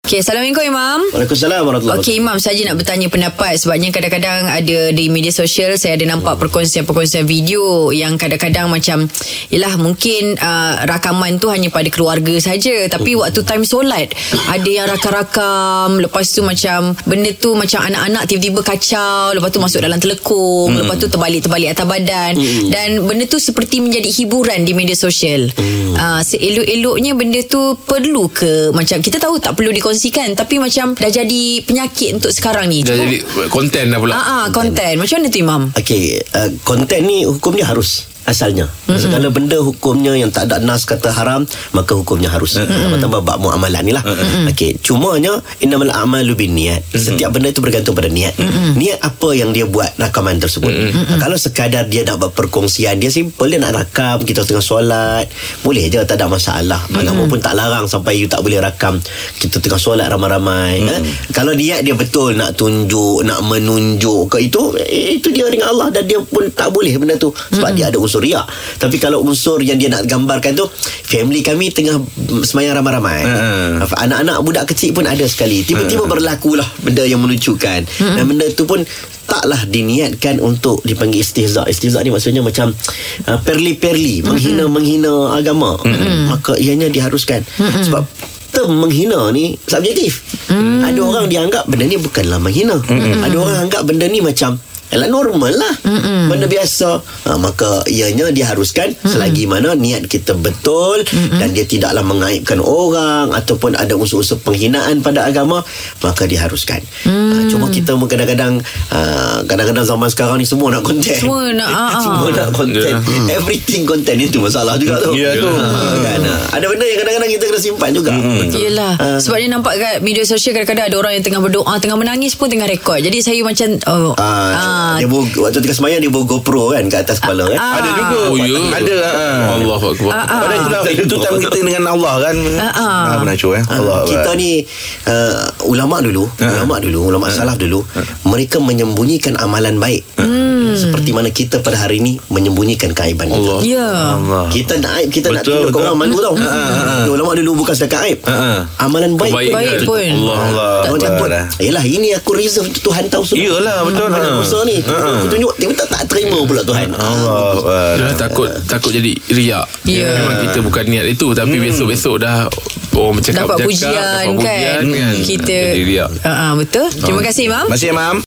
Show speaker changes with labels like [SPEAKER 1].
[SPEAKER 1] Okey, Assalamualaikum Imam.
[SPEAKER 2] Waalaikumsalam warahmatullahi
[SPEAKER 1] Okey Imam, saya je nak bertanya pendapat sebabnya kadang-kadang ada di media sosial saya ada nampak perkongsian-perkongsian video yang kadang-kadang macam yalah mungkin uh, rakaman tu hanya pada keluarga saja tapi waktu time solat ada yang rakam-rakam lepas tu macam benda tu macam anak-anak tiba-tiba kacau lepas tu masuk dalam telekung lepas tu terbalik-terbalik atas badan dan benda tu seperti menjadi hiburan di media sosial. Uh, seelok-eloknya benda tu perlu ke macam kita tahu tak perlu dikongsikan tapi macam dah jadi penyakit untuk sekarang ni.
[SPEAKER 3] Dah
[SPEAKER 1] Cuma-
[SPEAKER 3] jadi konten dah pula.
[SPEAKER 1] Ah ah konten. Macam mana tu Imam?
[SPEAKER 2] Okey, uh, konten ni hukum dia harus asalnya. Mm-hmm. Segala benda hukumnya yang tak ada nas kata haram, maka hukumnya harus. Mm-hmm. Tambah bab muamalah ni lah. Mm-hmm. Okey, cumanya innamal a'malu binniyat. Mm-hmm. Setiap benda itu bergantung pada niat. Mm-hmm. Niat apa yang dia buat rakaman tersebut. Mm-hmm. Kalau sekadar dia nak buat perkongsian, dia simple dia nak rakam kita tengah solat, boleh je tak ada masalah. Agama mm-hmm. pun tak larang sampai you tak boleh rakam kita tengah solat ramai-ramai. Mm-hmm. Ha? Kalau niat dia betul nak tunjuk, nak menunjuk ke itu eh, itu dia dengan Allah dan dia pun tak boleh benda tu sebab mm-hmm. dia ada unsur riak. Tapi kalau unsur yang dia nak gambarkan tu family kami tengah mm, semayang ramai-ramai.
[SPEAKER 3] Ha.
[SPEAKER 2] Af- Anak-anak budak kecil pun ada sekali. Tiba-tiba berlakulah benda yang menunjukkan. Dan benda tu pun taklah diniatkan untuk dipanggil istihza. Istihza ni maksudnya macam uh, perli-perli, menghina-menghina agama. Maka ianya diharuskan. Sebab term menghina ni subjektif.
[SPEAKER 1] Hmm.
[SPEAKER 2] Ada orang dianggap benda ni bukanlah menghina. Ada orang anggap benda ni macam Yalah normal lah
[SPEAKER 1] Hmm.
[SPEAKER 2] Mm-mm. Benda biasa ha, Maka ianya diharuskan Mm-mm. Selagi mana niat kita betul
[SPEAKER 1] Hmm.
[SPEAKER 2] Mm-mm. Dan dia tidaklah mengaibkan orang Ataupun ada unsur-unsur penghinaan pada agama Maka diharuskan
[SPEAKER 1] Hmm.
[SPEAKER 2] mm. ha, Cuma kita kadang-kadang ha, Kadang-kadang zaman sekarang ni semua nak konten
[SPEAKER 1] Semua nak, ah, ah.
[SPEAKER 2] Semua nak konten yeah. Everything konten itu masalah juga tu
[SPEAKER 3] Ya, tu.
[SPEAKER 2] ha, kan, ha. Ada benda yang kadang-kadang kita kena simpan juga mm.
[SPEAKER 1] Yelah uh. Sebab dia nampak kat media sosial Kadang-kadang ada orang yang tengah berdoa Tengah menangis pun tengah rekod Jadi saya macam oh, ah,
[SPEAKER 2] Ah, dia bawa, waktu tengah semayang dia bawa GoPro kan kat atas kepala kan.
[SPEAKER 1] ah.
[SPEAKER 4] Ada juga
[SPEAKER 3] Oh, ya.
[SPEAKER 4] Ada ah.
[SPEAKER 3] Allah Akbar.
[SPEAKER 1] Ah, ah.
[SPEAKER 4] Padahal itulah Itu time kita dengan Allah kan
[SPEAKER 1] Ah, ah.
[SPEAKER 4] Ah, Menacur eh
[SPEAKER 2] Allah
[SPEAKER 4] Allah
[SPEAKER 2] kita ni uh, ulama dulu, ulama dulu, ulama salaf dulu, mereka menyembunyikan amalan baik. Hmm. Seperti mana kita pada hari ini menyembunyikan keaiban kita.
[SPEAKER 3] Allah.
[SPEAKER 1] Ya
[SPEAKER 4] Allah
[SPEAKER 2] Kita nak aib Kita nak
[SPEAKER 4] Betul,
[SPEAKER 2] tunjuk ke
[SPEAKER 4] betul.
[SPEAKER 2] orang malu tau Dia Ulama dulu bukan setakat aib
[SPEAKER 4] Ha,
[SPEAKER 2] Amalan baik
[SPEAKER 3] Baik.
[SPEAKER 1] Baik pun
[SPEAKER 3] Allah.
[SPEAKER 4] Allah
[SPEAKER 2] Orang
[SPEAKER 4] Akbar.
[SPEAKER 2] takut Yelah ini aku reserve Tuhan tahu semua
[SPEAKER 4] Iyalah, betul.
[SPEAKER 2] Ada
[SPEAKER 4] Ha.
[SPEAKER 2] dosa ni Aku tunjuk Dia tak, tak terima pula Tuhan
[SPEAKER 4] Allah Akbar.
[SPEAKER 3] Dah takut takut jadi riak.
[SPEAKER 1] Ya.
[SPEAKER 3] Memang kita bukan niat itu tapi
[SPEAKER 4] Hmm.
[SPEAKER 3] besok-besok dah orang bercakap
[SPEAKER 1] Dapat
[SPEAKER 3] bercakap,
[SPEAKER 1] pujian
[SPEAKER 3] dapat
[SPEAKER 1] kan,
[SPEAKER 3] pujian,
[SPEAKER 1] Kita
[SPEAKER 3] Jadi riak.
[SPEAKER 1] Ah, ah, Betul Terima kasih Imam
[SPEAKER 4] Masih Imam